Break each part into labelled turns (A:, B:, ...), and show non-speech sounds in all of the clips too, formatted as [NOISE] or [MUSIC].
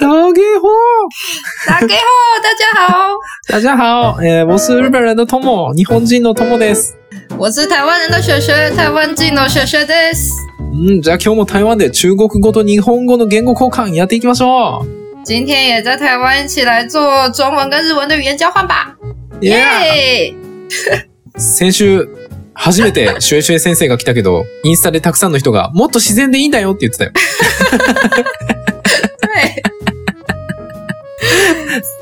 A: 老给火！
B: 打给我，大家好，
A: 大家好，えー、我是日本人的 Tomo，日本人の Tomo です。
B: 我是台湾人的雪雪，台湾人の雪雪です。
A: うん、じゃあ今日も台湾で中国語と日本語の言語交換やっていきましょ
B: 今天也在台湾一起来做中文跟日文的语言交换吧！
A: う。イエーイ
B: 耶！
A: 先週、初めてシュエシュエ先生が来たけど、インスタでたくさんの人が、もっと自然でいいんだよって言ってたよ。
B: 对，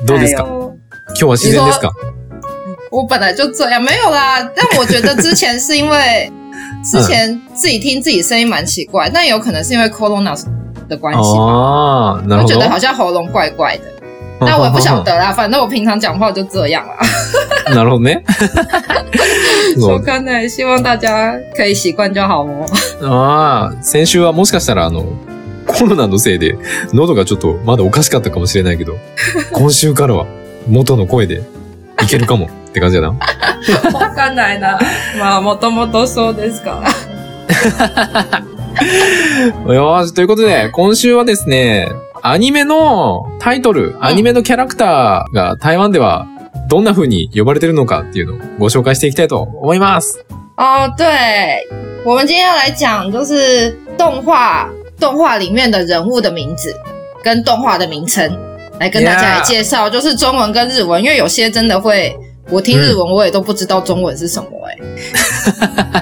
A: どうです
B: 哎
A: か
B: 呦
A: 今日は自然ですか
B: 我本来就这样，没有啦。但我觉得之前是因为之前自己听自己声音蛮奇怪，但有可能是因为 corona 的关系，
A: 哦ああ、な
B: 我
A: るほ
B: 觉
A: ど
B: 得。好像喉咙怪怪的。但我也不晓得啦，反正我平常讲话就这样啦。
A: [LAUGHS] なるほど [LAUGHS] ね。そ
B: [LAUGHS] 我
A: う
B: 看呢，希望大家可以习惯就好哦。
A: ああ、先週はもしかしたらあの、コロナのせいで、喉がちょっとまだおかしかったかもしれないけど、今週からは元の声でいけるかもって感じだな。
B: わかんないな。 [LAUGHS] まあ、もともとそうですから。
A: よーし、ということで、今週はですね、アニメのタイトル、アニメのキャラクターが台湾ではどんな風に呼ばれてるのかっていうのをご紹介していきたいと思います。
B: 哦，对，我们今天要来讲就是动画，动画里面的人物的名字跟动画的名称，来跟大家
A: Yeah
B: 来介绍，就是中文跟日文，因为有些真的会。我听日文，我也都不知道中文是什么哎、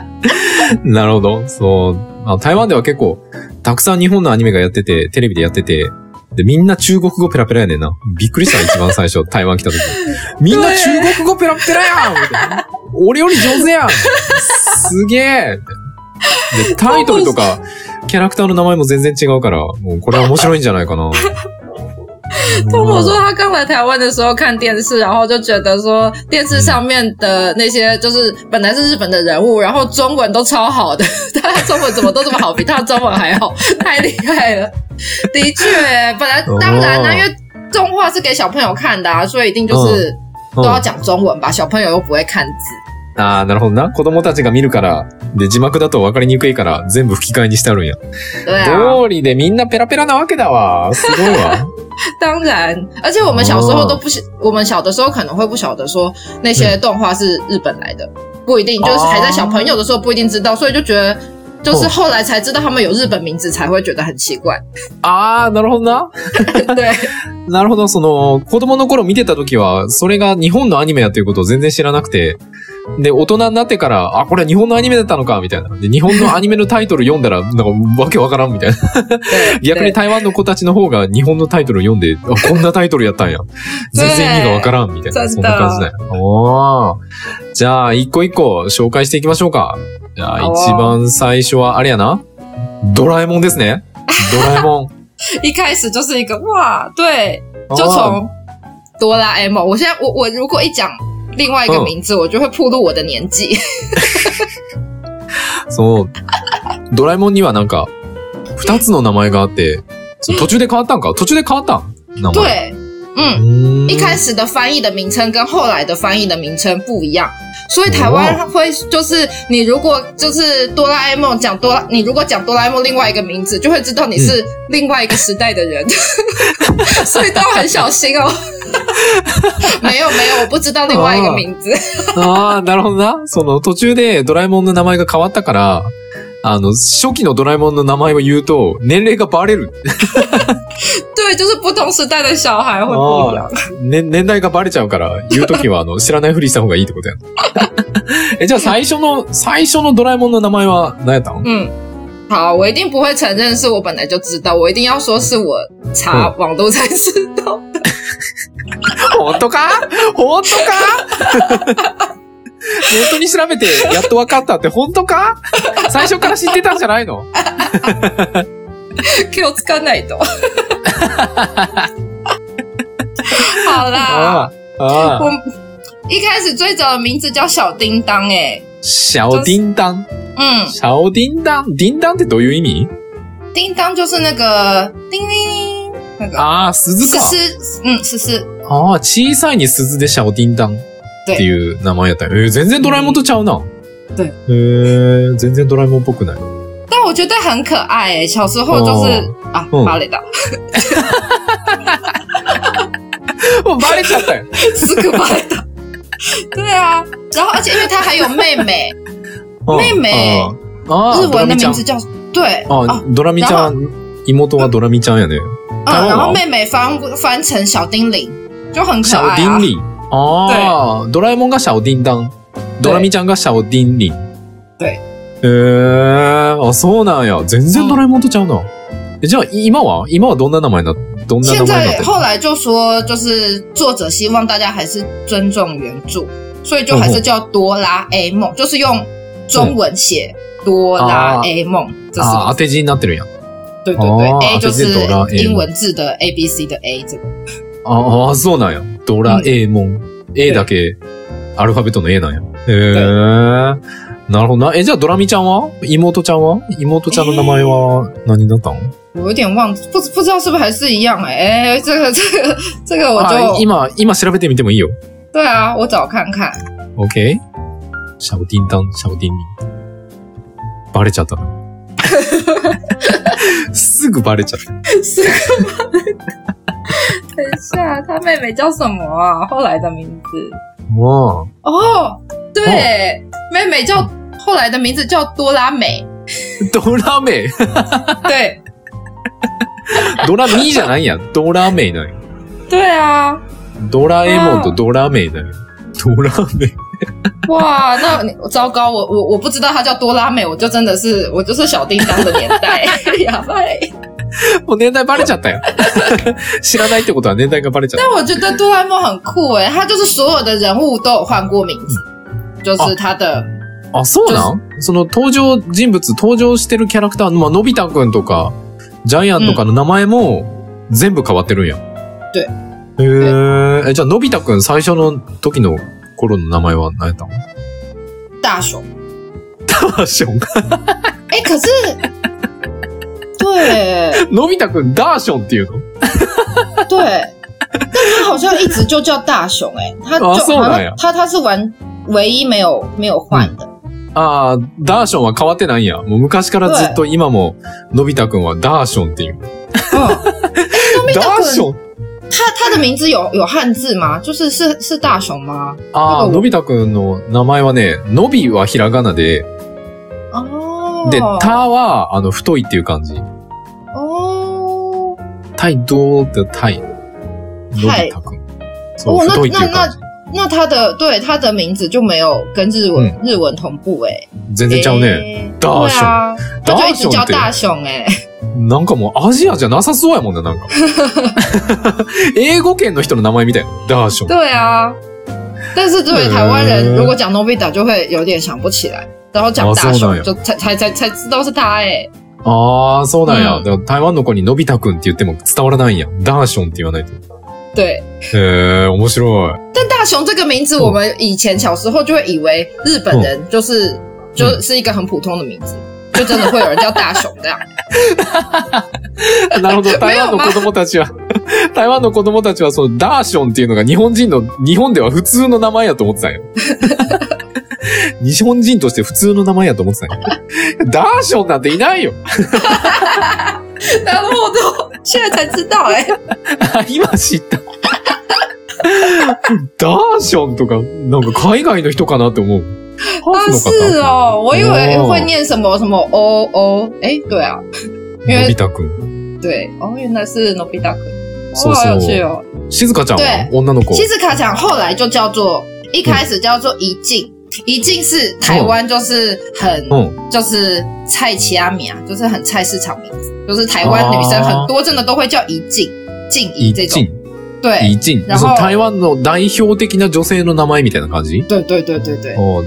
A: なるほど。そう。まあ台湾では結構、たくさん日本のアニメがやってて、テレビでやってて、で、みんな中国語ペラペラやねんな。びっくりした、一番最初、台湾来た時。みんな中国語ペラペラやんみたいな。俺より上手やんすげえで、タイトルとか、キャラクターの名前も全然違うから、もうこれは面白いんじゃないかな。哦
B: 托姆说他刚来台湾的时候看电视，然后就觉得说电视上面的那些就是本来是日本的人物，然后中文都超好的， [LAUGHS] 他的中文怎么都这么好，比他的中文还好， [LAUGHS] 太厉害了。的确，本来
A: 哦
B: 当然啦、啊因为动画是给小朋友看的、啊，所以一定就是
A: う
B: 都
A: ん
B: 要讲中文吧，小朋友又不会看字。
A: ああ、なるほどな。子供たちが見るから、で、字幕だと分かりにくいから、全部吹き替えにしてあるんや。
B: 对啊，
A: 通りでみんなペラペラなわけだわ。すごいわ。
B: 当然，而且我们小时候都不晓，我们小的时候可能会不晓得说那些动画是日本来的，不一定，就是还在小朋友的时候不一定知道，所以就觉得就是后来才知道他们有日本名字，才会觉得很奇怪。
A: [LAUGHS] ああ、なるほどな。
B: [LAUGHS] 对，
A: なるほど。その、子供の頃見てた時は、それが日本のアニメやということを全然知らなくて、で、大人になってから、あ、これは日本のアニメだったのか、みたいな。で、日本のアニメのタイトル読んだら、なんか、わけわからん、
B: [LAUGHS]
A: みたいな。
B: 对
A: 逆に
B: 对
A: 台湾の子たちの方が日本のタイトル読んで、あ、こんなタイトルやったんや。全然意味がわからん、みたいな。
B: そう
A: そんな感じだよ。おーじゃあ、一個一個紹介していきましょうか。じゃあ、
B: おー
A: 一番最初は、あれやな。ドラえもんですね。ドラえ
B: [LAUGHS]
A: もん。
B: 一开始就是一个哇，对，就
A: あー
B: 从哆啦 A 梦，我现在我我如果一讲另外一个
A: 嗯
B: 名字，我就会暴露我的年纪。
A: そう。ドラえもんにはなんか、二つの名前があって、その途中で変わったんか途中で変わったん名前。
B: [LAUGHS] 对，
A: うー
B: 嗯。
A: ん
B: 一开始的翻译的名称跟后来的翻译的名称不一样，所以台湾会就是你如果就是哆啦 A 梦讲哆啦，你如果讲哆啦 A 梦另外一个名字，就会知道你是另外一个时代的人，所以都要很小心哦。没有没有，我不知道另外一个名字。
A: ああ、なるほどな。その途中でドラえもんの名前が変わったから、あの、初期のドラえもんの名前を言うと、年齢がバレる。
B: 对，就是不同时代的小孩会不一
A: 哦
B: 样。
A: ね、年代がバレちゃうから、言うときは、あの、知らないふりした方がいいってことや。え、じゃあ最初の、最初のドラえもんの名前は何やったん
B: 嗯，好，我一定不会承认是我本来就知道，我一定要说是我查网络才知道。
A: 本当か本当か [LAUGHS] ネットに調べてやっと分かったって本当か最初から知ってたんじゃないの
B: 気をつかないと。好
A: あ
B: 啦，
A: あ、あ
B: 我
A: あ。
B: 一开始最早的名字叫小叮当、欸，
A: シャオディンダン。
B: 嗯，
A: シャオディンダン。ディンダンってどういう意味
B: 叮当就是那个叮铃那个
A: ああ、鈴
B: 思
A: か。
B: 思，嗯，思思，
A: ああ、小さいに鈴でシャオディンダンっていう名前やったよ。えー全然ドラえもんとちゃうな。
B: で
A: えー全然ドラえもんっぽくない。
B: 但我觉得很可爱诶、小时候就是、啊
A: 嗯，
B: 芭
A: [LAUGHS]
B: 蕾到，
A: もうバレちゃった [LAUGHS] よ。
B: 四个芭蕾到。对啊，然后而且因为他还有妹妹，妹妹
A: うん。ああ、
B: 日
A: ドラ
B: 文
A: ミ
B: 的
A: ちゃん。
B: 名字叫对
A: あ
B: 哦，
A: ドラミちゃん、妹はドラミちゃんやね。
B: 嗯，
A: 台湾
B: 然
A: 哦
B: 后妹妹翻翻成小叮铃，就很可
A: シャオ
B: 爱
A: ディ
B: 啊
A: ン。リン。ああ、ドラえもんがシャオディンダン。ドラミちゃんがシャオディンリン。
B: 对
A: えー、あ、そうなんや。全然ドラえもんとちゃうな。えじゃあ、今は今はどんな名前な、どんな名
B: 现
A: 前になっ
B: 在
A: てる
B: 后来就说，就是作者希望大家还是尊重原著，所以就还是叫哆啦 A 梦，就是用中文写哆啦 A 梦这四
A: あー、
B: 个
A: 当
B: 字。
A: て字になってるんや。
B: 对对对、
A: 啊哦
B: a 就是
A: 这是哆啦 A 梦
B: 英文字的 A B C 的 A 这个。
A: ああ、そうなんや。ドラえもん。A だけ、アルファベットの A なんや。えー。なるほどな。え、じゃあ、ドラミちゃんは妹ちゃんは妹ちゃんの名前は何になったの
B: 我有点忘，不不知道是不是还是一样哎、哎、这个这个这个我
A: あ
B: 就
A: 今、今調べてみてもいいよ。
B: 对啊，我找看看。
A: OK? シャオディンダン、シャオディンリン。バレちゃったな。すぐバレちゃった。
B: 是个吗？等一下，他妹妹叫什么啊？后来的名字
A: も
B: 哦，对，
A: 哦
B: 妹妹叫后来的名字叫多拉美，
A: う、ドラメイ
B: 对
A: ドラミーじゃないんや。ドラメイなんや。
B: 对啊，
A: ドラえもんとドラメイなんや。ドラメイ。
B: 哇，那你糟糕，我我我不知道她叫多拉美，我就真的是我就是小叮当的年
A: [LAUGHS]
B: 代，哑巴。
A: もう年代バレちゃったよ。知らないってことは年代がバレちゃっ
B: 但我觉得哆啦 A 梦很酷诶，他就是所有的人物都有换过名字，
A: 嗯
B: 就是他的
A: た。あ、そうなんその登場人物、登場してるキャラクターの、まあ、のび太くんとか、ジャイアンとかの名前も全部変わってるんや。
B: で
A: へーえ。じゃあ、のび太くん最初の時の頃の名前は何やったの
B: 大雄。
A: 哦ターション。
B: 哎、
A: [LAUGHS]
B: 可是，对
A: のび太くん、ダーションっていうの
B: 对，但他好像一直就叫大雄哎、他就
A: 哦
B: 好
A: 是我的呀
B: 像他他是玩唯一没有没有换的，
A: ああ、ダーションは変わってないんや。もう昔からずっと今も、のび太くんはダーションっていう。
B: 嗯，
A: [LAUGHS]
B: 哎、欸，
A: ダーショ
B: 雄，
A: ン
B: 他他的名字有有汉字吗？就是是是大雄吗？
A: ああ、
B: 多分
A: のび太くんの名前はね、のびはひらがなで、
B: 哦，
A: で、たは、あの、太いっていう感じ。
B: 哦，
A: 太多的太。のび太くん。そう、
B: 哦那
A: 太いっていう感じ。
B: 那他的对他的名字就没有跟日文、
A: 嗯
B: 日文同步哎、欸，
A: 全然ちゃうね。
B: 欸
A: 大雄
B: 对啊，他就一直
A: 大雄
B: 叫
A: って
B: 大雄哎、
A: なんかもうアジアじゃなさそうやもんね、なん
B: [LAUGHS]
A: か。英語圏の人の名前みたいな。ダーション。
B: 对啊，但是对
A: 嗯
B: 台湾人，如果讲 Nobita 就会有点想不起来，然后讲大
A: 哦そう
B: 雄
A: なんや
B: 就才才才才知道是他哎、
A: ああ、そうなんや。
B: うん
A: だから台湾の子にのび太くんって言っても伝わらないんや。ダーションって言わないと。
B: 对，
A: へえ、面白い。
B: 但大雄这个名
A: 哦
B: 字，我们以前小时候就会以为日本人就是、
A: 嗯
B: 就是一个很普通的名字，就真的会有人叫大雄这样。
A: [LAUGHS] なるほど。台湾の子供たちは、 [LAUGHS] 台湾の子供たちは、その、ダーションっていうのが日本人の、日本では普通の名前やと思ってたんよ。日本人として普通の名前やと思ってたんよ。ダーションなんていないよ。
B: [LAUGHS]
A: [LAUGHS]
B: 然后我都现在才知道哎、
A: あ今知った。 [LAUGHS] ダーションとか、なんか海外の人かなって思う。ハー
B: 啊
A: フの
B: 是
A: 方。
B: 哦，我以为
A: 哦
B: 会念什么什么哦哦，哎、对啊，因
A: のび
B: 为
A: 太くん。
B: 对哦，原来是 Nobita 哥，
A: そう
B: 哦，好有
A: そ
B: 趣哦。
A: う。静香ちゃんは女の子。
B: 西斯卡奖后来就叫做，一开始叫做一镜，一镜是台湾就是很、
A: うん。
B: 就是菜奇阿米啊，就是很菜市场名字，就是台湾女生很多真的都会叫一镜、静怡
A: イ
B: 这
A: チ
B: 种，
A: ン。
B: 对
A: イチン。
B: 然
A: そ
B: 後
A: の台湾の代表的な女性の名前みたいな感じ
B: 对对对对对，
A: お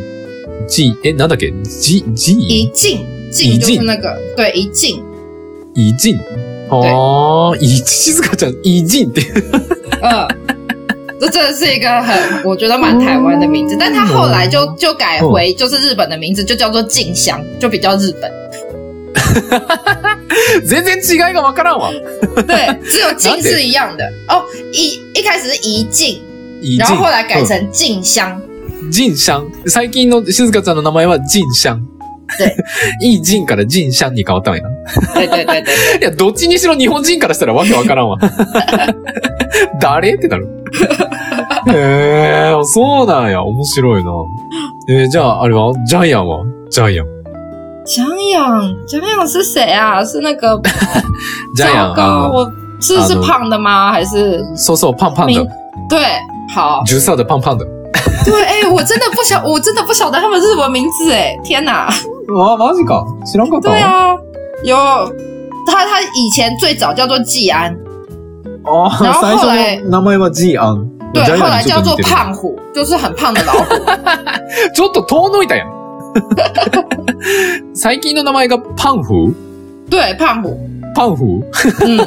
A: じ、え、なんだっけじ、じ、
B: 哦一镜
A: 怡静
B: 镜就是那个对一镜，
A: いじん。ああ、い、静香ちゃん、いじんって。 [LAUGHS]
B: 嗯。这真的是一个很，我觉得蛮台湾的名字，但他后来就就改回就是日本的名字，就叫做静香，就比较日本。
A: 全然違いがわからんわ。
B: [LAUGHS] 对，只有
A: 了
B: 静
A: 解
B: 是一样的哦。一一开始是怡静，
A: い
B: 然
A: じ
B: 后
A: ん。
B: 后来改成静香。
A: ジンシャン。最近の静香ちゃんの名前はジンシャン。 [LAUGHS]
B: 对，
A: 異人から人シャンに変わったんや。
B: 对对对 [LAUGHS] 对
A: いや、どっちにしろ日本人からしたらわけわからんわ。 [LAUGHS] 誰ってな [LAUGHS] る。へえー、そうなんや。面白いな。えーじゃあ、あれはジャイアンはジャイアン。
B: 蒋养，蒋养是谁啊？是那个
A: ジャイアン、
B: 糟
A: あ
B: 糕，
A: の、
B: 我是是
A: あの
B: 胖的吗？还是
A: そうそう、パンパン
B: 明
A: 的。
B: 对？ [LAUGHS] 好，
A: ジューサーでパンパン的。
B: 对，哎、我真的不晓，我真的不晓得他们是什么名字、哎，天哪！
A: わ、マジか。知らんかった
B: 对啊，有他，他以前最早叫做季安，
A: あ
B: 然
A: ー
B: 后
A: 最
B: 后来
A: 初の名前はジーアン。
B: 对
A: ジャ，イ
B: 后
A: アン
B: 来
A: にち
B: 叫
A: ょっと
B: 做
A: 似てる。
B: 胖虎，就是很胖的老虎。
A: ちょっと遠のいた [LAUGHS] やん。最近の名前がパンフ
B: 对，胖虎，
A: パンフ
B: 嗯，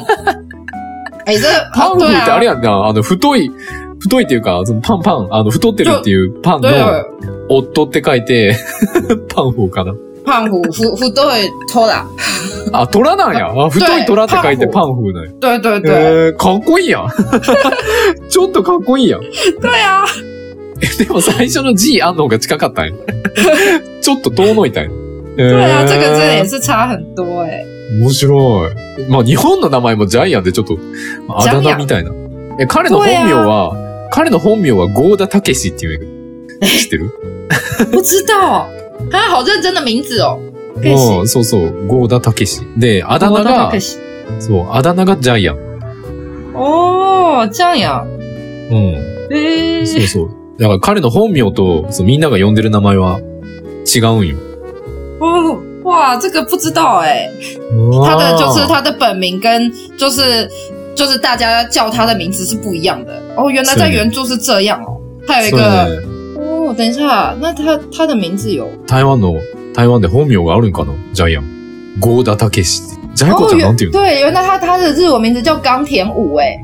B: 哎、这
A: パン
B: 哦
A: フ
B: 对
A: ってあ
B: 啊
A: れ，やんな。あの、太い、太いっていうか、そのパンパン、あの、太ってるっていうパンの
B: 对，
A: 夫って書いて、 [LAUGHS] パンフかな。
B: 胖虎虎虎都会偷懒，
A: あ、虎なんや。あ、太い虎って書いてパンフなんや。
B: 对对对、
A: えー、かっこいいやん。 [LAUGHS] ちょっとかっこいいやん。
B: 对啊，
A: でも最初の G あんの方が近かったんや。
B: [LAUGHS]
A: ちょっと遠のいたんや。
B: 对
A: え
B: 啊，
A: ー
B: 这个真的也是差很多哎、
A: 面白い。まあ日本の名前もジャイアンでちょっと、まああ
B: ジャイ
A: だ
B: アン
A: 名みたいな。え、彼の本名は、彼の本名はゴーダタケシっていう映画。知ってる
B: 不知道，他好认真的名字哦。可以
A: うん、そうそう、ゴーダタケシ。で、あだ名が
B: 可以，写
A: そう、あだ名がジャイアン。
B: 哦，这样呀，
A: う
B: 诶、
A: ん、そうそう。だから彼の本名と、そうみんなが呼んでる名前は違うんよ。
B: 哦，哇，这个不知道哎、他的
A: 哦
B: 就是他的本名跟就是就是大家叫他的名字是不一样的哦。原来在
A: 是
B: 原著是这样哦。还有一
A: そうだ
B: 个
A: ね
B: 哦，等一下，那他他的名字有
A: 台湾の、台湾で本名があるんかなジャイアン。ゴーダタケシって。ジャイコ
B: 哦
A: ちゃんなん
B: 原
A: ていうの
B: 对，原来他他的日文名字叫冈田武哎、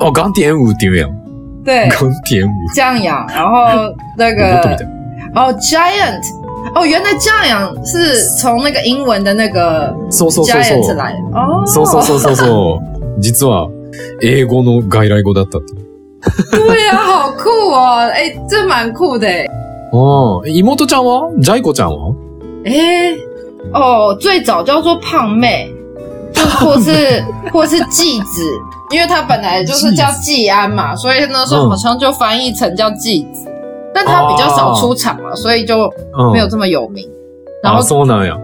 A: あ、ガンティエンウーって言うやん。 [LAUGHS]
B: 对，
A: ガンティエンウー。
B: 这样呀。然后那
A: ロボットみ
B: 个
A: たい。
B: 哦，Giant，哦，原来 Giant 是从那个英文的那个
A: そうそうそうそう。
B: Giant 来的哦，
A: そうそうそうそうそう。実は、英語の外来語だったって。
B: 对呀、好酷哦，哎、这蛮酷的哎，
A: ああ、妹ちゃんはジャイコちゃんは
B: 哎哦，最早叫做胖妹， [LAUGHS] 就或是或是季子，因为她本来就是叫季安嘛，所以那时候
A: 嗯
B: 好像就翻译成叫季子，但她比较少出场嘛，所以就
A: うん。
B: 没有这么有名。然后
A: あ、そうなんや。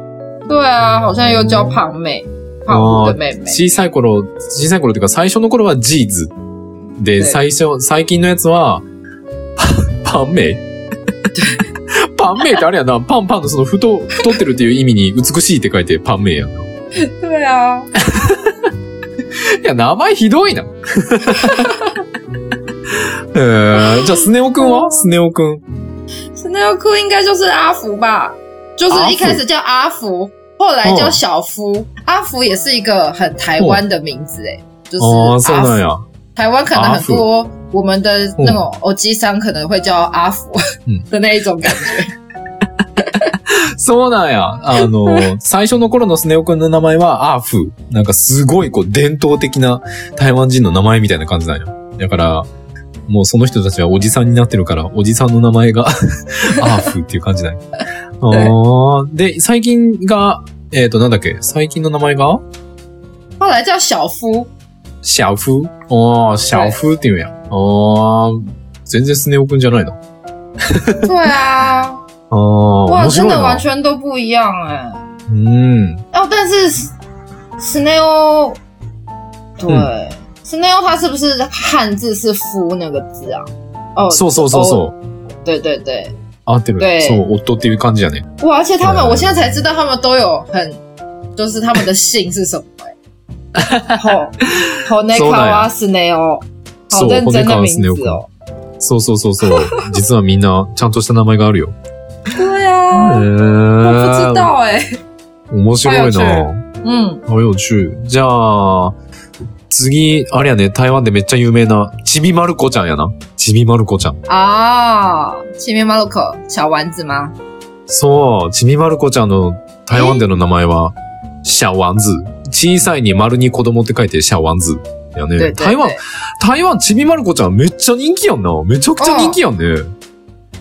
B: 对啊，好像又叫胖妹，胖虎的妹妹。
A: 小さい頃、小さい頃っていうか最初の頃はジーズ。で、
B: ね
A: 最初、最近のやつは、パパンメイ。 [LAUGHS] パンメイってあれやな、パンパンのその太、太ってるっていう意味に美しいって書いてパンメイやな。い
B: 对啊，
A: や、名前ひどい [LAUGHS] な。えー、じゃあ、スネ夫くんはスネ夫くん。
B: 是那库应该就是阿福吧，就是一开始叫阿福，哦后来叫小夫。阿福也是一个很台湾的名字、哎、
A: ああ、
B: 就是
A: そうな
B: 阿
A: ん
B: 福。
A: や。
B: 台湾可能很多我们的那种欧基桑可能会叫阿福、
A: 嗯
B: [LAUGHS] 的那一种感觉。
A: そうなんや。あ [LAUGHS] の、最初の頃のスネ夫くんの名前はアーフ。なんかすごいこう伝統的な台湾人の名前みたいな感じなんや。だから、もうその人たちはおじさんになってるから、おじさんの名前が [LAUGHS] アーフっていう感じ [LAUGHS] なんや。あーで、最近が、えっ、と、なんだっけ最近の名前が
B: 后来叫小夫，
A: シャフおー、シャフっていうんや。おー、全然スネ夫くんじゃないな。
B: 对啊，
A: あー、
B: 哇，
A: 面
B: 真
A: 白い
B: 的完
A: な。
B: 全都不一样哎、
A: うん。
B: 哦，但是 snail，对、
A: 嗯
B: snail 它是不是汉字是夫那个字啊？哦，
A: そうそうそうそう。
B: 对对对。
A: 合ってる。
B: 对
A: そう、夫っていう感じやね。
B: 哇！而且他们，
A: 嗯
B: 我现在才知道他们都有很，就是他们的姓是什么、欸。好，好内卡哇斯内哦，好
A: そう
B: 认真的名
A: 骨
B: 字
A: 川
B: 哦。
A: そうそうそうそう。実はみんな、ちゃんとした名前があるよ。
B: 对
A: へ
B: 啊，我不知
A: ー。
B: 道哎、欸。
A: 面白いな。
B: 嗯，
A: 好有趣。じゃあ、次、あれやね、台湾でめっちゃ有名な、ちびまる子ちゃんやな。ちびまる子ちゃん。
B: 啊，前面马路口小丸子吗？
A: そう、ちびまる子ちゃんの台湾での名前は、シャワンズ。小さいに丸に子供って書いてシャワンズ。や
B: 对对
A: ね。
B: 对，
A: 台湾、台湾ちびまる子ちゃんめっちゃ人気やんな。めちゃくちゃ人気やんね。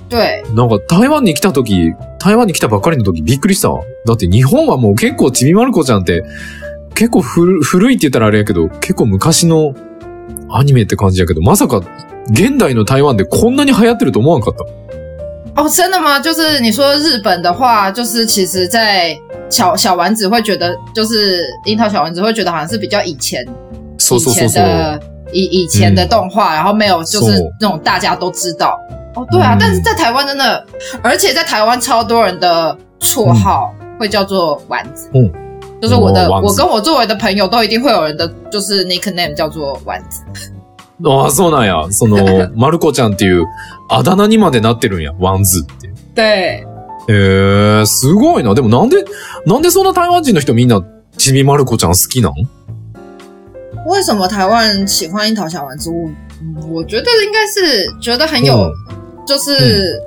B: 对，
A: なんか台湾に来た時、台湾に来たばっかりの時びっくりした。だって日本はもう結構ちびまる子ちゃんって、結構古古いって言ったらあれやけど、結構昔のアニメって感じやけど、まさか現代の台湾でこんなに流行ってると思わんかった。
B: 哦，真的吗？就是你说日本的话，就是其实，在小小丸子会觉得，就是樱桃小丸子会觉得好像是比较以前
A: そうそうそう
B: 以
A: そ
B: 前
A: う。
B: 的以以前
A: 嗯
B: 的动画，然后没有就是
A: そう
B: 那种大家都知道。哦，对啊，
A: 嗯
B: 但是在台湾真的，而且在台湾超多人的绰号会叫做丸子。
A: 嗯
B: 就是我的，
A: 哦丸子
B: 我跟我周围的朋友都一定会有人的，就是 nickname 叫做丸子。
A: ああ、そうなんや。その、まる子ちゃんっていうあだ名にまでなってるんや。ワンズって。
B: 对，
A: へえ、すごいな。でもなんで、なんでそんな台湾人の人みんなちびまる子ちゃん好きなん
B: 为什么台湾人喜欢樱桃小丸子？我嗯我觉得应该是觉得很有，
A: 嗯
B: 就是、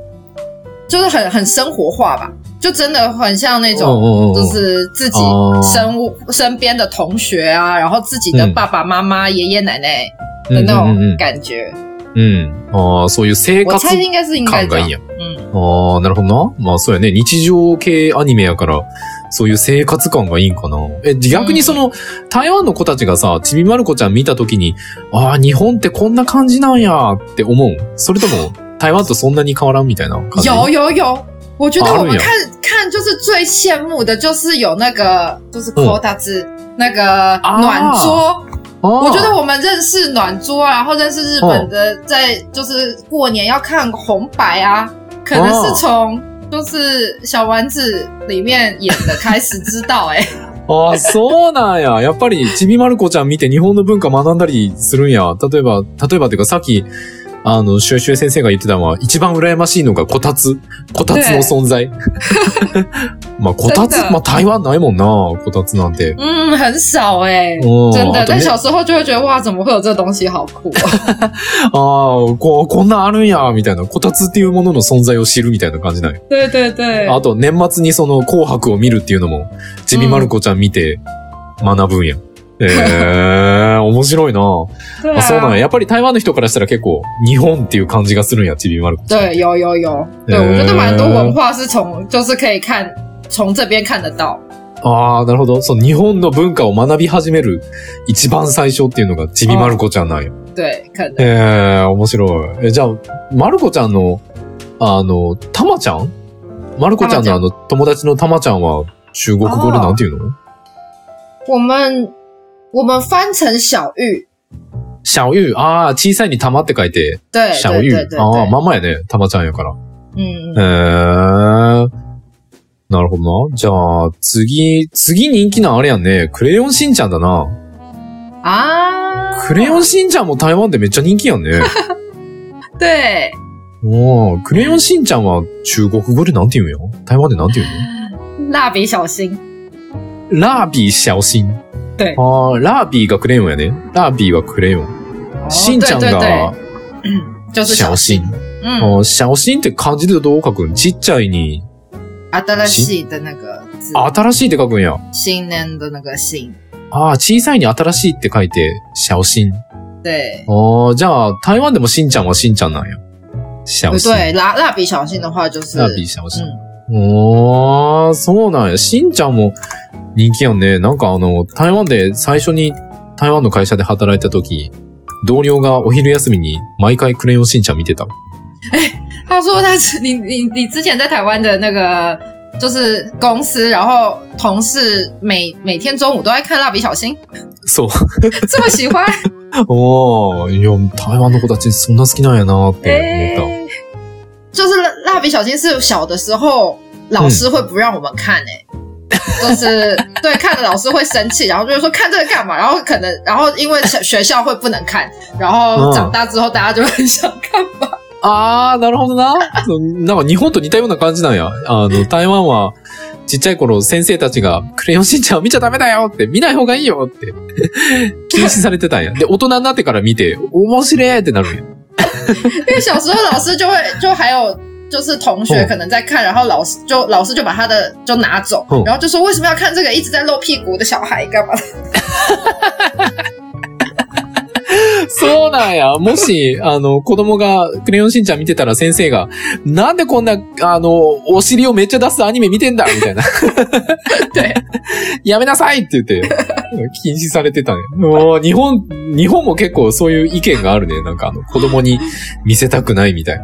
B: 就是很很生活化吧，就真的很像那种，
A: 嗯嗯嗯嗯
B: 就是自己
A: 哦
B: 身、身边的同学啊，然后自己的
A: 嗯
B: 爸爸妈妈、爷爷奶奶
A: うんうん
B: 的那
A: うん
B: 种感觉。
A: うん。ああ、そういう生
B: 我
A: 活
B: 猜应该是应该
A: 感
B: 这
A: がいいん。や。
B: 样嗯，
A: ああ、なるほどな。まあそうやね。日常系アニメやから、そういう生活感がいいんかな。え、逆にその、台湾の子たちがさ、ちびまる子ちゃん見たときに、ああ、日本ってこんな感じなんやって思うそれとも、台湾とそんなに変わらんみたいな感じ
B: 有有有。我觉得
A: 啊
B: 我
A: 有
B: 们看看就是最羡慕的，就是有那个就是
A: 嗯
B: quota 字、那个暖桌，
A: ああ
B: 我觉得我们认识暖桌啊，然后认识日本
A: 哦
B: 的，在就是过年要看红白啊，可能
A: 哦
B: 是从就是小丸子里面演的开始知道、欸，哎，
A: ああ、そうなん [LAUGHS] や。やっぱり、ちびまる子ちゃん見て日本の文化学んだりするんや。例えば、例えばっていうかさっき、あの、シュエシュエ先生が言ってたのは、一番羨ましいのがこたつ。こたつの存在。 [LAUGHS] まあ、こたつ
B: 真、的
A: まあ、台湾ないもんな。こたつなんて。
B: 嗯，很少哎、
A: うん。
B: 真的
A: あ，と
B: 但
A: ね
B: 小时候就会觉得哇，怎么会有这东西，好酷、啊！
A: あーこ、こんなんあるんや、みたいな。こたつっていうものの存在を知るみたいな感じなんや。
B: [LAUGHS] 对对对，
A: あと、年末にその紅白を見るっていうのも、ちびまる子ちゃん見て学ぶんや。ええー、面白いな。
B: 对
A: あそうなんや。
B: 啊，
A: やっぱり台湾の人からしたら結構、日本っていう感じがするんや、ちびまる子ちゃん。
B: 对，有有有，对、
A: 呃
B: 我觉得蛮多文化是从就是可以看从这边看得到，
A: ああ、なるほど。そう、日本の文化を学び始める一番最初っていうのがちびまる子ちゃんなんや。
B: 对，可能
A: ええ面白い。え、じゃあ、まる子ちゃんの、あの、たまちゃんまる子ちゃんのあの、友達のたまちゃんは、中国語でなんていうの
B: 我们我们翻成小玉，
A: 小玉。ああ、小さいに玉って書いて、
B: 对
A: 小
B: 对
A: 玉
B: 对对。对，
A: ああ、まんまやね。たまちゃんやから。
B: 嗯，
A: ええなるほどな。じゃあ、次、次人気なあれやんね。クレヨンしんちゃんだな。
B: 啊，
A: クレヨンしんちゃんも台湾でめっちゃ人気やんね。 [LAUGHS]
B: 对，
A: おークレヨンしんちゃんは中国語でなんて言うんや台湾でなんて言う
B: 蜡笔小新，
A: のラービーシャオシン。
B: 对
A: あーラービーがクレヨンやね。ラービーはクレヨン。しんちゃん
B: 哦对对
A: が
B: 对，就是
A: シャ
B: 哦小
A: オシン。
B: 嗯，
A: あーシャオシンって漢字でどう書くんちっちゃいに、
B: 阿德拉西的那个字，
A: 新しいって書くんや。
B: 新年的那个新，
A: ああ、小さいに新しいって書いて、シャオシン。
B: 对。
A: ああ、じゃあ、台湾でもしんちゃんはしんちゃんなんや。シャオ
B: 不
A: シン。
B: 对，蜡蜡笔小新的话就是，
A: ラービーシャオシン。お
B: 嗯，
A: ー、そうなんや。しんちゃんも人気やんね。なんかあの、台湾で最初に台湾の会社で働いた時、同僚がお昼休みに毎回クレヨンしんちゃん見てた。
B: 他说他是你你你之前在台湾的那个就是公司，然后同事每每天中午都在看蜡笔小新，
A: そう。
B: 这么喜 [LAUGHS] 欢，
A: おー、いや、台湾の子たちそんな好きなんやなって思っ
B: 哎就是蜡蜡笔小新是小的时候老师会不让我们看哎、就是对看的老师会生气，然后就会说看这个干嘛？然后可能然后因为小学校会不能看，然后
A: 嗯
B: 长大之后大家就很想看吧。
A: た。あー、なるほどな。 [LAUGHS] そうなんか日本と似たような感じなんや。あの、台湾は、ちっちゃい頃先生たちがクレヨンしんちゃんを見ちゃダメだよって、見ない方がいいよって、禁止されてたんや。で、大人になってから見て、面白いってなるんや。
B: 因为小时候老师就会就还有。就是同学
A: 嗯
B: 可能在看，然后老师就老师就把他的就拿走，
A: 嗯
B: 然后就说为什么要看这个一直在露屁股的小孩干嘛？
A: そうなんや。もし、あの、子供がクレヨンしんちゃん見てたら先生が、なんでこんな、あの、お尻をめっちゃ出すアニメ見てんだみたいな。 [LAUGHS]
B: 对，
A: やめなさいって言って、禁止されてたね。もう日本、日本も結構そういう意見があるね。なんかあの、子供に見せたくないみたいな。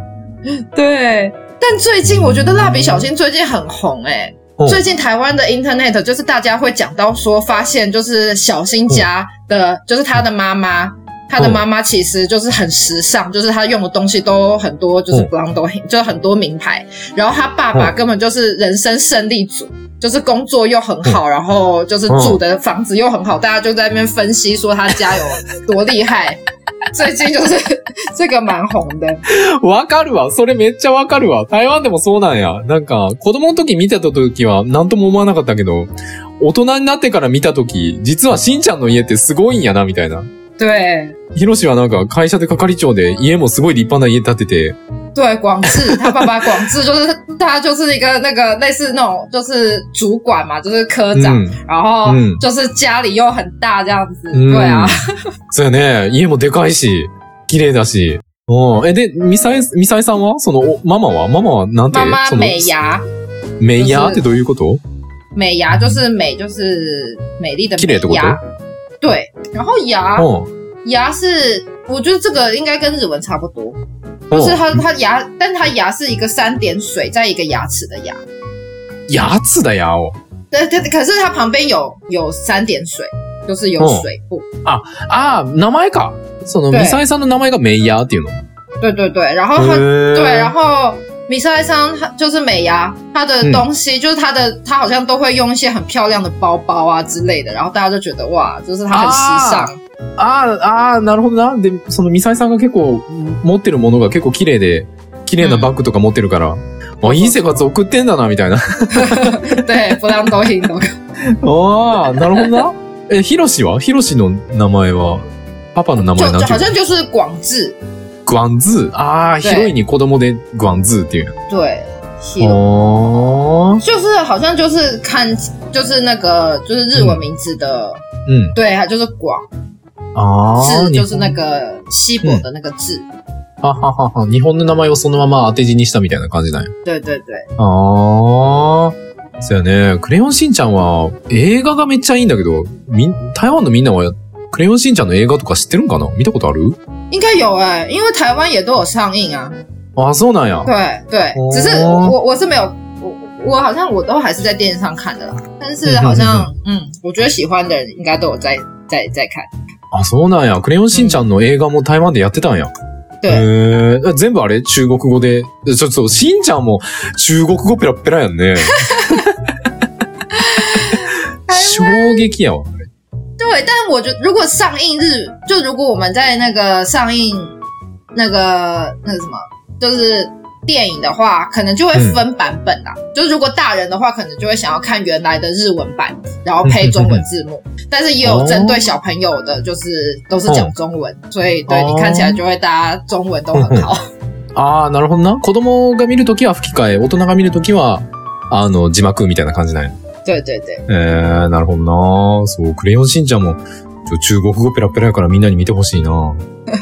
B: 对，但最近我觉得蜡笔小新最近很红哎、
A: うん
B: 最近台湾的 Internet 就是大家会讲到说，发现就是小新家的，就是他的妈妈。他的
A: 嗯
B: 妈妈其实就是很时尚，就是他用的东西都很多，就是
A: 嗯
B: b l o n d o 就是很多名牌。然后他爸爸
A: 嗯
B: 根本就是人生胜利组，就是工作又很好，然后就是住的房子又很好，大家就在那边分析说他家有多厉害。最近就是这个蛮红的，
A: わかるわ。それめっちゃわかるわ。台湾でもそうなんや。なんか、子供の時見てた時は何とも思わなかったけど、大人になってから見た時、実はしんちゃんの家ってすごいんやな、みたいな。
B: 对
A: ヒロシはなんか会社で係長で家もすごい立派な家建てて、
B: 对，广志他爸爸广志就是 [LAUGHS] 他就是一个那个类似那种就是主管嘛，就是科长，
A: うん。
B: 然后
A: 嗯
B: 就是家里又很大这样子，
A: うん
B: 对啊，
A: [LAUGHS] そうやね。家もでかいし、綺麗だし。うん。え、で、ミサイ、ミサイさんはその、おママはママはなんて
B: 妈妈
A: その
B: 美。牙。
A: メイヤーってどういうこと
B: 美牙就是美，就是美丽的
A: 綺麗ってこ
B: 美
A: と
B: 牙。对，然后牙、
A: うん。
B: 牙是，我觉得这个应该跟日文差不多，
A: う
B: 就是
A: ん。
B: 它它牙，但它牙是一个三点水在一个牙齿的牙，
A: やつだやお。
B: 对对，可是它旁边有有三点水，就是有
A: 哦
B: 水部。
A: ああ、名前か。その、
B: 对
A: ミサイさんの名前がメイヤーっていうの。
B: 对对对，然
A: 哦
B: 后它对，然
A: へ
B: 后米沙桑她就是美牙，她的东西、就是她的，她好像都会用一些很漂亮的包包啊之类的，然后大家就觉得哇，就是她很时尚。
A: ああ、あーなるほどな。で、そのミサイさんが結構持ってるものが結構綺麗で、綺麗なバッグとか持ってるから、あ、いい生活送ってんだな、みたいな。
B: 对，不让都行都。
A: ああ、なるほどな。 [LAUGHS] え、ヒロシはヒロシの名前は、パパの名
B: 就
A: 前なんて
B: 就
A: い
B: 好
A: うの
B: 像就是广智，
A: グワンズー。ああ、
B: 对
A: ヒロインに子供でグワンズーっていう。
B: 对，喜
A: 哦ああ。
B: 就是好像就是看就是那个就是日文名字的，
A: うん。
B: 对，它就是广
A: ああ。
B: 智，
A: 日
B: 就
A: 本
B: 是那个西伯的那个智，
A: はははは。日本の名前をそのまま当て字にしたみたいな感じなんや。
B: 对对对，
A: ああ。そうやね。クレヨンしんちゃんは映画がめっちゃいいんだけど、みん、台湾のみんなはクレヨンしんちゃんの映画とか知ってるんかな見たことある
B: 应该有哎、因为台湾也都有上映啊。
A: ああ、そうなんや。
B: 对对
A: 哦，
B: 只是我我是没有，我我好像我都还是在电视上看的啦，但是好像嗯我觉得喜欢的人应该都有在在在看。
A: あ、そうなんや。クレヨンしんちゃんの映画も台湾でやってたんや。
B: 对、
A: へー全部あれ中国語で。ちょっと、しんちゃんも中国語ペラペラやんね。衝撃やわ。
B: 对，但我觉得如果上映日，就如果我们在那个上映那个那个什么，就是。电影的话，可能就会
A: 嗯
B: 分版本啦。就是如果大人的话，可能就会想要看原来的日文版，然后配中文字
A: 嗯
B: 幕。但是也有针
A: 哦
B: 对小朋友的，就是都是
A: 嗯
B: 讲中文，所以对、
A: 哦
B: 你看起来就会大家中文都
A: 嗯
B: 很好。 [LAUGHS]
A: あー、なるほどな。子供が見るときは吹き替え、大人が見るときは、あの、字幕みたいな感じなんや。
B: 对对对
A: えー、なるほどな。そう、クレヨンしんちゃんも、ちょ中国語ペラペラやからみんなに見てほしいな。 [LAUGHS]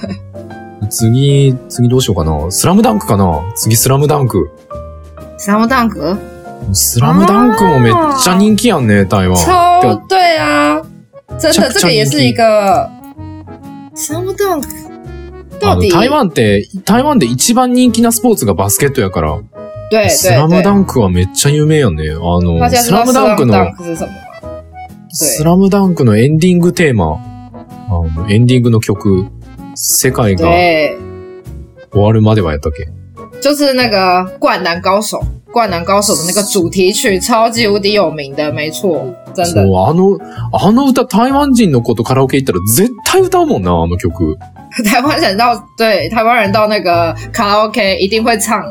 A: 次、次どうしようかな。スラムダンクかな次スラムダンク。
B: 然后当格
A: スラムダンクもめっちゃ人気やんね、台湾。
B: 超对啊，真
A: 这
B: 的，
A: 样
B: 这个也是一个什么 d
A: あ
B: 到
A: の
B: 底
A: 哦台湾って、台湾で一番人気なスポーツがバスケットやから、
B: 对
A: スラム
B: 对
A: ダ
B: 对，
A: ンクはめっちゃ有名やんね。あ
B: 大
A: の、
B: 家
A: ス
B: 知道
A: ラムダンク
B: 哦 slam
A: の、
B: dunk 是什么吗？
A: スラムダンクのエンディングテーマ、あのエンディングの曲、世界が
B: 对，
A: 終わるまではやったっけ
B: 就是那个《灌篮高手》《灌篮高手》的那个主题曲，超级无敌有名的，没错，真
A: そ
B: 的。
A: う、あの、あの歌台湾人の子とカラオケ行ったら絶対歌うもんな、あの曲。
B: [LAUGHS] 台湾人到对台湾人到那个卡拉 OK 一定会唱，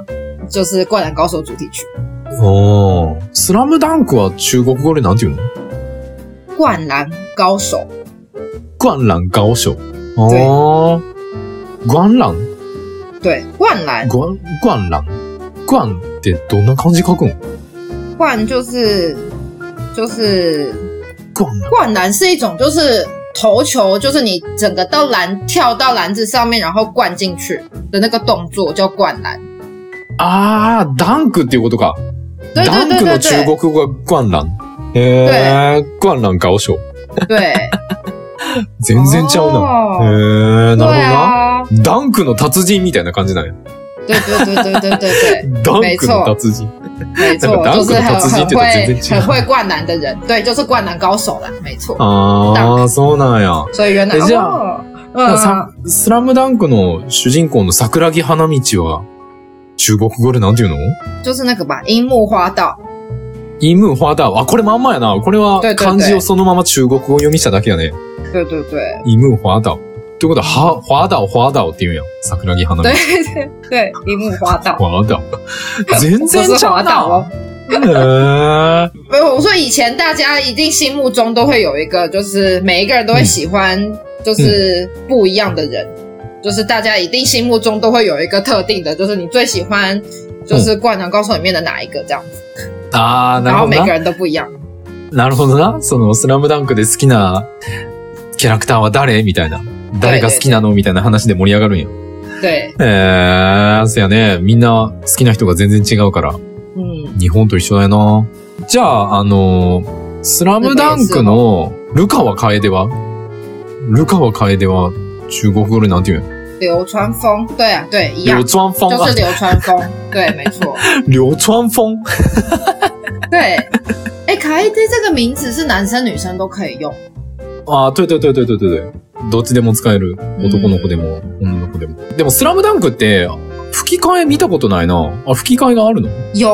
B: 就是《灌篮高手》主题曲。
A: おースラムダンクは中国語でなんて言うの
B: 《灌篮高手》
A: 灌篮高手。あー。灌篮
B: 对，灌篮
A: 灌灌篮灌ってどんな漢字書くの
B: 灌就是就是
A: 灌篮
B: 灌篮是一种就是投球，就是你整个到篮跳到篮子上面，然后灌进去的那个动作叫灌篮。
A: あー、ダンクっていうことか。
B: 对
A: ダ
B: 对
A: ン
B: 对
A: クの
B: 对
A: 中
B: 对
A: 国語が灌篮。へー、灌篮高手。 [LAUGHS]
B: 对，
A: 全然ちゃうな。へー、な
B: 哦对
A: るほどな。
B: 啊，
A: ダンクの達人みたいな感じなんや。
B: 对对对对对对对。
A: ダンクの達人。
B: 没错，
A: [LAUGHS] 那个
B: 就是很
A: dunk
B: 很
A: 的直接
B: 会
A: 进
B: 很会灌篮的
A: [LAUGHS]
B: 人，对，就是灌篮高手啦，没错。
A: あー、そうなんや。
B: 所以原来
A: 哦等一下
B: 哦，
A: なん
B: 嗯
A: かさスラムダンクの主人公の桜木花道は、中国語でなんて言うの
B: 嗯，就是那个吧，樱木花道，
A: イム花道。あ、これまんまやな。これは
B: 对对对
A: 漢字をそのまま中国語読みしただけやね。
B: 对对对
A: イム花道。ってことは、は、花道、花道って言うんやん。桜木花道
B: 对。对对，樱木花道，
A: 花道。全
B: 不
A: 然
B: 是
A: ちゃ
B: 花
A: う
B: 道
A: な。
B: 哦。
A: へー。
B: 没有，我说以前大家一定心目中都会有一个，就是每一个人都会喜欢，就是不一样的人，就是大家一定心目中都会有一个特定的，就是你最喜欢，就是《灌篮高手》里面的哪一个这样，
A: あー、な
B: 然
A: るほ
B: 后每
A: ど
B: 个
A: な。
B: 人都不一样。
A: なるほどな。その、スラムダンクで好きなキャラクターは誰みたいな。誰が好きなのみたいな話で盛り上がるんや。
B: 对，
A: えー、せやね。みんな好きな人が全然違うから。
B: 嗯。
A: 日本と一緒だよな。じゃあ、あのースラムダンクのルカワカエデはルカワカエデは中国語でなんて言うんや
B: 流嗯川枫，对啊，对，一样
A: 流，川枫
B: 就
A: 啊
B: 是，流川枫，对，没 [LAUGHS] 错，
A: 流川枫。
B: 对。哎，卡伊蒂这个名字是男生女生都可以用，
A: あー、对对对对对对对。どっちでも使える。男の子でも、女の子でも。でも、スラムダンクって、吹き替え見たことないな。あ、吹き替えがあるの
B: 有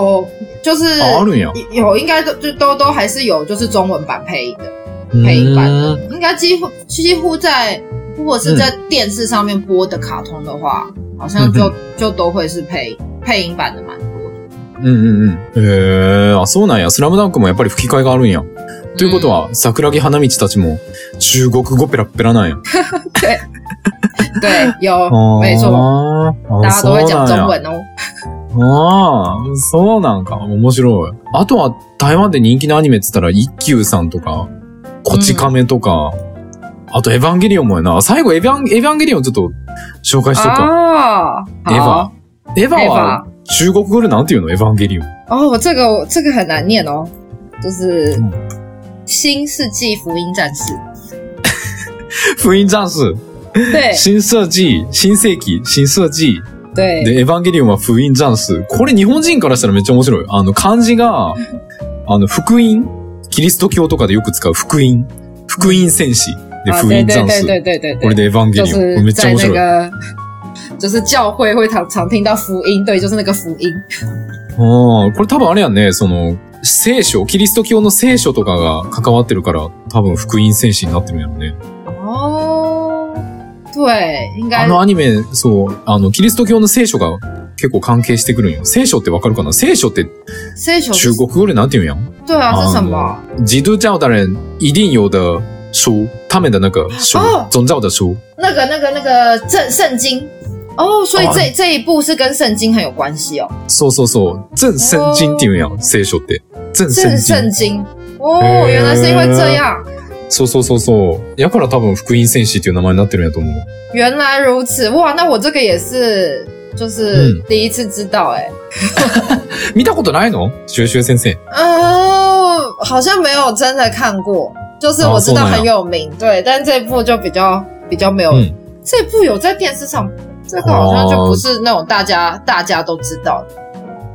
B: 就是
A: あ、あるんや。
B: 有应该都就都都还是有就是中文版配音的，
A: うーん
B: 配音版的，应该几乎几乎在如果是在电视上面播的卡通的话，好像就就都会是配配音版的蛮多
A: う
B: 的。
A: んうんうん。へえー、あ、そうなんや。スラムダンクもやっぱり吹き替えがあるんや。ということは、桜木花道たちも中国語ペラッペラなんや。
B: 嗯对，有
A: あー
B: 没错，
A: あ
B: 大家都会
A: そうな
B: 讲
A: ん
B: 中
A: や
B: 文
A: あ
B: 哦。
A: あ、そうなんか。面白い。あとは、台湾で人気のアニメって言ったら、一休さんとか、こち亀とか、あと、エヴァンゲリオンもやな。最後、エヴァン、エヴァンゲリオンちょっと、紹介しとくか。
B: 哦，
A: エヴ
B: 好
A: ァ。エヴァ
B: エ
A: は、中国語でなんて言うのエヴァンゲリオン。
B: 哦，这个我这个很难念哦，就是
A: 嗯
B: 《新世纪福音战 [LAUGHS] 士》
A: 封印战士。
B: 对
A: 新世紀、新世紀、新世紀。
B: 对
A: で、エヴァンゲリオンは封印残数。これ日本人からしたらめっちゃ面白い。あの、漢字が、あの、福音。キリスト教とかでよく使う福音。福音戦士。で、
B: 啊，
A: 封
B: 对
A: 印
B: 对
A: 残
B: 对
A: 数。
B: 对对对
A: これでエ
B: 对，
A: ヴァンゲ
B: 就
A: リオン。これめ
B: 是
A: っちゃ面
B: 在那
A: 白い。あ
B: 个。就是教会会常常听到福音，对，就是那个福音，
A: ーこれ多分あれやんね、その、聖書、キリスト教の聖書とかが関わってるから、多分福音戦士になってるんやろね。
B: 哦，对，应
A: あ
B: 该
A: のアニメ、そう、あの、キリスト教の聖書が結構関係してくるんよ。聖書ってわかるかな聖書って
B: 这首
A: 中国語でなんて言うんやん
B: 对啊是什么
A: 啊？基督教的人一定有的书，他们的那个书
B: 哦，
A: 宗教的书。
B: 那个那个那个圣圣经哦，所以
A: 啊
B: 这这一部是跟圣经很有关系哦，
A: そうそうそう。正圣经って言うんやん、聖書って。正
B: 是
A: 圣
B: 圣
A: 经。
B: 经哦，
A: 哎
B: 原来是因为这样。
A: そうそうそうそう。やから多分福音戦士っていう名前になってるんやと思う。
B: 原来如此，哇，那我这个也是，就是
A: 嗯
B: 第一次知道、欸，
A: 見たことないのシュシュ先生。
B: 哦，好像没有真的看过，就是我知道很有名，对，但这部就比较比较没有，
A: 嗯
B: 这部有在电视上，这个好像就不是那种大家、
A: 哦
B: 大家都知道的，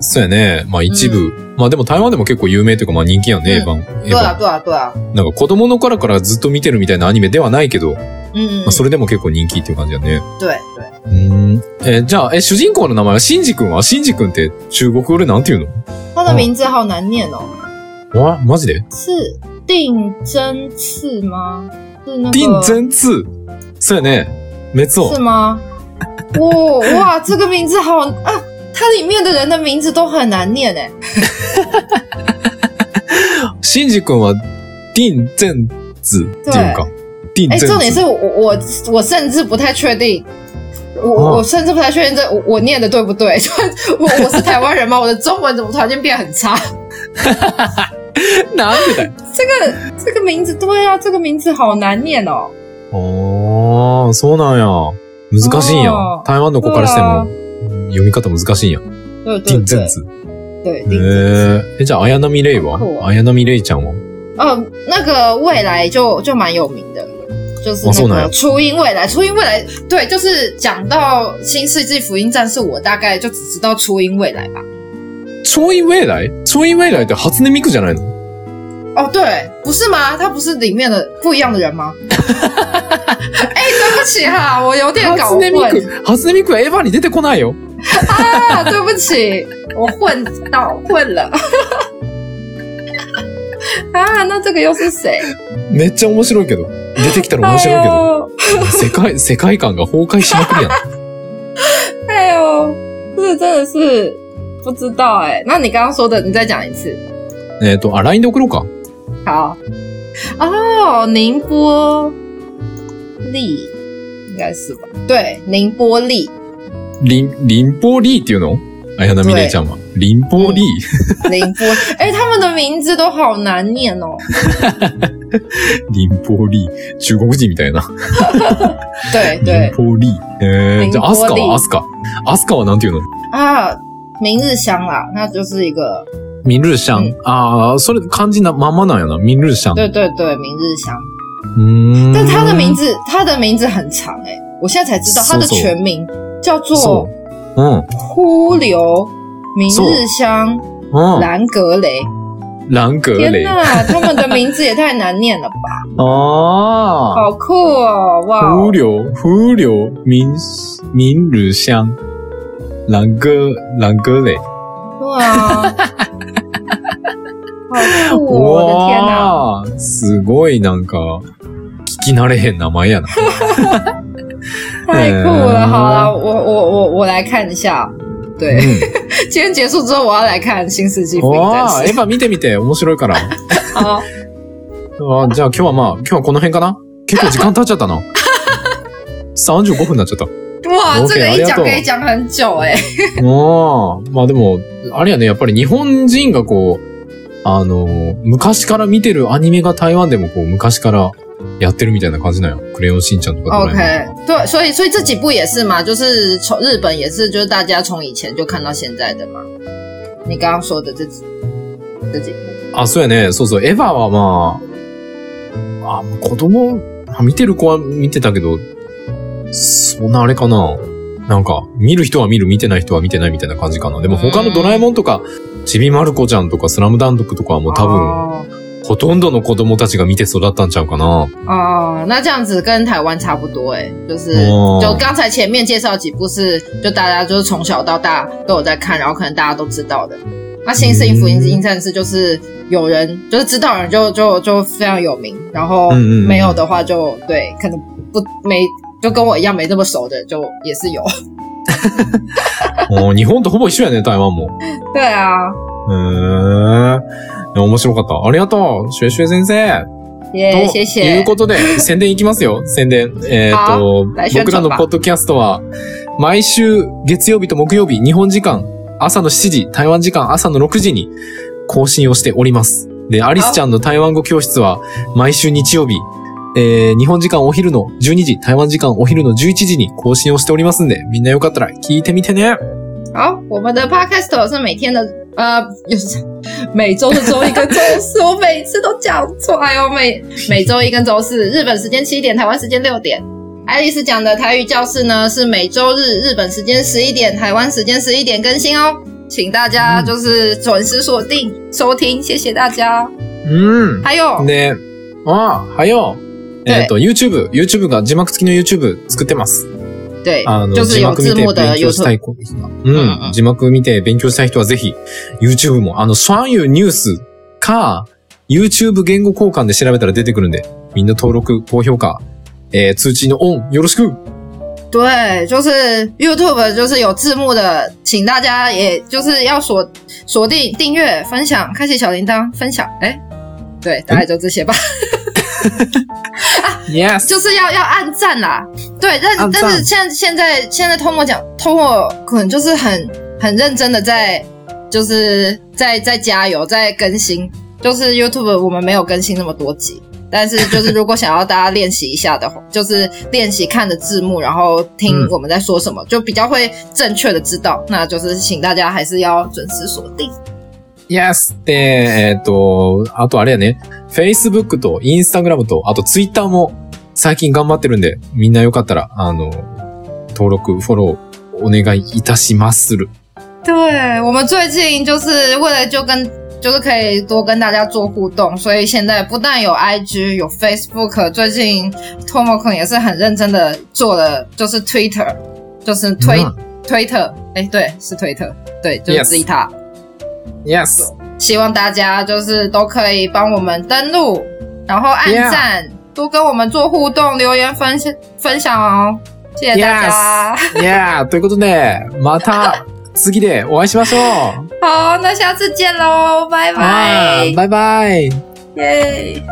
A: そうやね。まあ一部。まあでも台湾でも結構有名というかまあ人気やんね、エ
B: う
A: ヴァ
B: ん
A: ン。エヴ
B: 对啊，
A: ァ
B: 对啊，对啊，
A: ン。なんか子供の頃からずっと見てるみたいなアニメではないけど、ま
B: 嗯
A: あ，それでも結構人気っていう感じやね。
B: 对对，
A: うーん。えーじゃあ、え、主人公の名前はシンジ君はシンジ君って中国語でなんて言うの
B: 他的名字好难念哦，
A: わ、マジで
B: 是定真次吗？是那个
A: 定真次。そうやね。めつお
B: 是。吗？哦，哇，这个名字好啊！它里面的人的名字都很难念哎。
A: シンジ君は、定真子っていうか。定
B: 哎，
A: 真
B: 重点是
A: 子。
B: 我我我甚至不太确定，我、
A: 哦
B: 我甚至不太确定这我我念的 [LAUGHS] 对不对？就我我是台湾人吗？我的中文怎么突然间变很差？
A: [LAUGHS] なんでだよ。
B: 这个这个名字，对啊，这个名字好难念哦。
A: おー、そうなんや。難しいんや
B: あ。ー
A: 台湾の子からして
B: そう
A: も
B: だ、
A: うん読み方難しいんや。
B: 对对
A: 定正呃
B: 对
A: 子。
B: 对，
A: へ
B: 丁正子。
A: ーえ、じゃあ、綾波レイは
B: そう
A: 綾波レイちゃんは
B: 哦，那个未来就就蛮有名的，就是
A: 哦送
B: 那
A: 哪
B: 个初音未来，初音未来，对，就是讲到新世纪福音战士，我大概就只知道初音未来吧。
A: 超音未来超音未来って初音ミクじゃないの
B: 哦，对，不是吗？他不是里面的不一样的人
A: [LAUGHS]
B: 吗？哎、对不起哈，我有点搞
A: 初音ミ
B: 混
A: ク、初音ミクはエヴァに出てこないよ。
B: 啊，对不起，我混到混了。 [LAUGHS] 啊，那这个又是谁？
A: めっちゃ面白いけど。出てきたら面白いけど。世界、世界観が崩壊しまくりやん。 [LAUGHS]
B: 哎呦，哎呦，这真的是不知道哎、那你刚刚说的，你再讲一次。
A: えっと、あ、LINE で送ろうか。
B: 好，哦，宁波丽应该是吧？对，宁波
A: [LAUGHS]
B: 丽，
A: リン、リンポリーっていうの綾波レイちゃんは。リンポリー。 [LAUGHS]
B: 宁波，哎、他们的名字都好难念哦。
A: リンポリー。中国人みたいな。
B: 对
A: リ [LAUGHS]
B: 对
A: ンポリー。えー、じゃあ、アスカ
B: リンポリー
A: はアスカ。アスカはなんていうの
B: 啊，明日香啦，那就是一个，
A: ミルシャ
B: う
A: ン。ああ、それ漢字なまんまなんやな。ミルシャン。
B: 对对对，明日香。
A: うーん。
B: 但他的名字，他的名字很长哎、我现在才知道他的
A: 搜索
B: 全名叫
A: そ
B: 做
A: う。うん。
B: 呼流明日香
A: うん。
B: 兰格雷。
A: ランク
B: 天
A: レイ。あ
B: 呐，他们的名字也太难念了吧！
A: あ啊
B: 好酷哦，哇
A: ー。！風量、風量、ミン、ミルシャン。ランク、ランクレイ。[LAUGHS]
B: 对啊，好酷、哦！我的天哪，
A: わーすごいなんか、聞き慣れへん名前やな。
B: 太酷了！
A: 嗯
B: 好了，我我我我来看一下。对，今天结束之后，我要来看《新世纪
A: うん。
B: 福音战 [LAUGHS]
A: わあ、エ
B: 士
A: ヴァ見てみて。面白いから。あ》
B: 好，
A: ーじゃあ今日はまあ、今日はこの辺かな結構時間経っちゃったな。35分になっちゃった。
B: 哇，
A: OK，
B: 这个
A: あ
B: 一
A: りが
B: 讲
A: とう
B: 可以讲很久哎、
A: ああ、まあでも、あれやね、やっぱり日本人がこう、あのー、昔から見てるアニメが台湾でもこう、昔からやってるみたいな感じなんや。クレヨンしんちゃんとかドラえもん
B: OK，对，所以所以这几部也是嘛，就是从日本也是，就是大家从以前就看到现在的嘛。你刚刚说的这几这几部，
A: あ、そうやね。そうそう。エヴァはまあ、あ子供、あ見てる子は見てたけど、そんなあれかな。なんか、見る人は見る、見てない人は見てないみたいな感じかな。でも他のドラえもんとか、ちびまる子ちゃんとか、スラムダンクとかはもう多分、
B: 哦
A: ほとんどの子供たちが見て育ったんちゃうかな。
B: 哦，那这样子跟台湾差不多哎、就是、
A: 哦
B: 就刚才前面介绍几部是，就大家就是从小到大都有在看，然后可能大家都知道的。那《新世纪福音
A: 嗯
B: 音战士》就是有人就是知道的人就就就非常有名，然后
A: 嗯嗯嗯
B: 没有的话就对，可能不没就跟我一样没这么熟的就也是有。
A: もう日本とほぼ一緒やね、台湾も。
B: 对啊，
A: へえ。面白かった。ありがとう、シュエシュエ先生。
B: 耶、
A: と
B: 谢
A: い
B: 谢
A: う。ことで、宣伝いきますよ。宣伝。えっ、と
B: 来、宣
A: 僕
B: 伝
A: ら
B: 吧
A: のポッドキャストは、毎週月曜日と木曜日、日本時間朝の7時、台湾時間朝の6時に更新をしております。で、アリスちゃんの台湾語教室は、毎週日曜日、えー日本時間お昼の12時、台湾時間お昼の11時に更新をしておりますんで、みんなよかったら聞いてみてね。
B: 好，我们的 podcast 是每天的呃，又是每周的周一跟周四，我每次都讲错。哎呦，每每周一跟周四，日本时间七点，台湾时间六点。爱丽丝讲的台语教室呢，是每周日日本时间十一点，台湾时间十一点更新哦，请大家
A: 嗯
B: 就是准时锁定收听，谢谢大家。
A: うん。
B: 还有，
A: で、ああ、はよ。
B: 对
A: えっ、と、YouTube、YouTube が字幕付きの YouTube 作ってます。
B: 对
A: あ，の、
B: 就是
A: 字
B: 有
A: 幕見
B: 字
A: て
B: 幕的
A: 勉強した
B: YouTube
A: い子。
B: ん
A: うん。字幕見て勉強したい人はぜひ、YouTube も、あの、双语ニュースか、YouTube 言語交換で調べたら出てくるんで、みんな登録、高評価、えー、通知のオン、よろしく
B: 对，就是 YouTube 就是有字幕的，请大家也就是要锁锁定订阅、分享、开启小铃铛、分享。哎，对，大概就这些吧，
A: !Yes!
B: 就是要要按赞啦。对，但
A: 按赞
B: 但是现在现在现在 Tomo 讲 Tomo 可能就是很很认真的在就是在在加油，在更新就是 YouTube 我们没有更新那么多集，但是就是如果想要大家练习一下的话， [LAUGHS] 就是练习看着字幕，然后听
A: 嗯
B: 我们在说什么，就比较会正确的知道。那就是请大家还是要准时锁定。
A: Yes! で、えっ、と、あとあれやね、Facebook と Instagram と、あと Twitter も最近頑張ってるんで、みんなよかったら、あの、登録、フォロー、お願いいたしまする。
B: 对我们最近就是为了就跟就是可以多跟大家做互动，所以现在不但有 IG 有 Facebook，最近 Tomo 可也是很认真的做了，就是 Twitter，就是推、
A: 嗯
B: Twitter，哎，对，是 Twitter，对，就是
A: Yes
B: Zeta。
A: Yes!
B: 希望大家就是都可以帮我们登录，然后按
A: Yeah
B: 赞多跟我们做互动，留言分享分享哦，谢谢大家。
A: Yeah! ということで、また次でお会いしましょう
B: 好，那下次见喽，拜
A: は
B: 拜
A: い。バイバイ
B: 耶。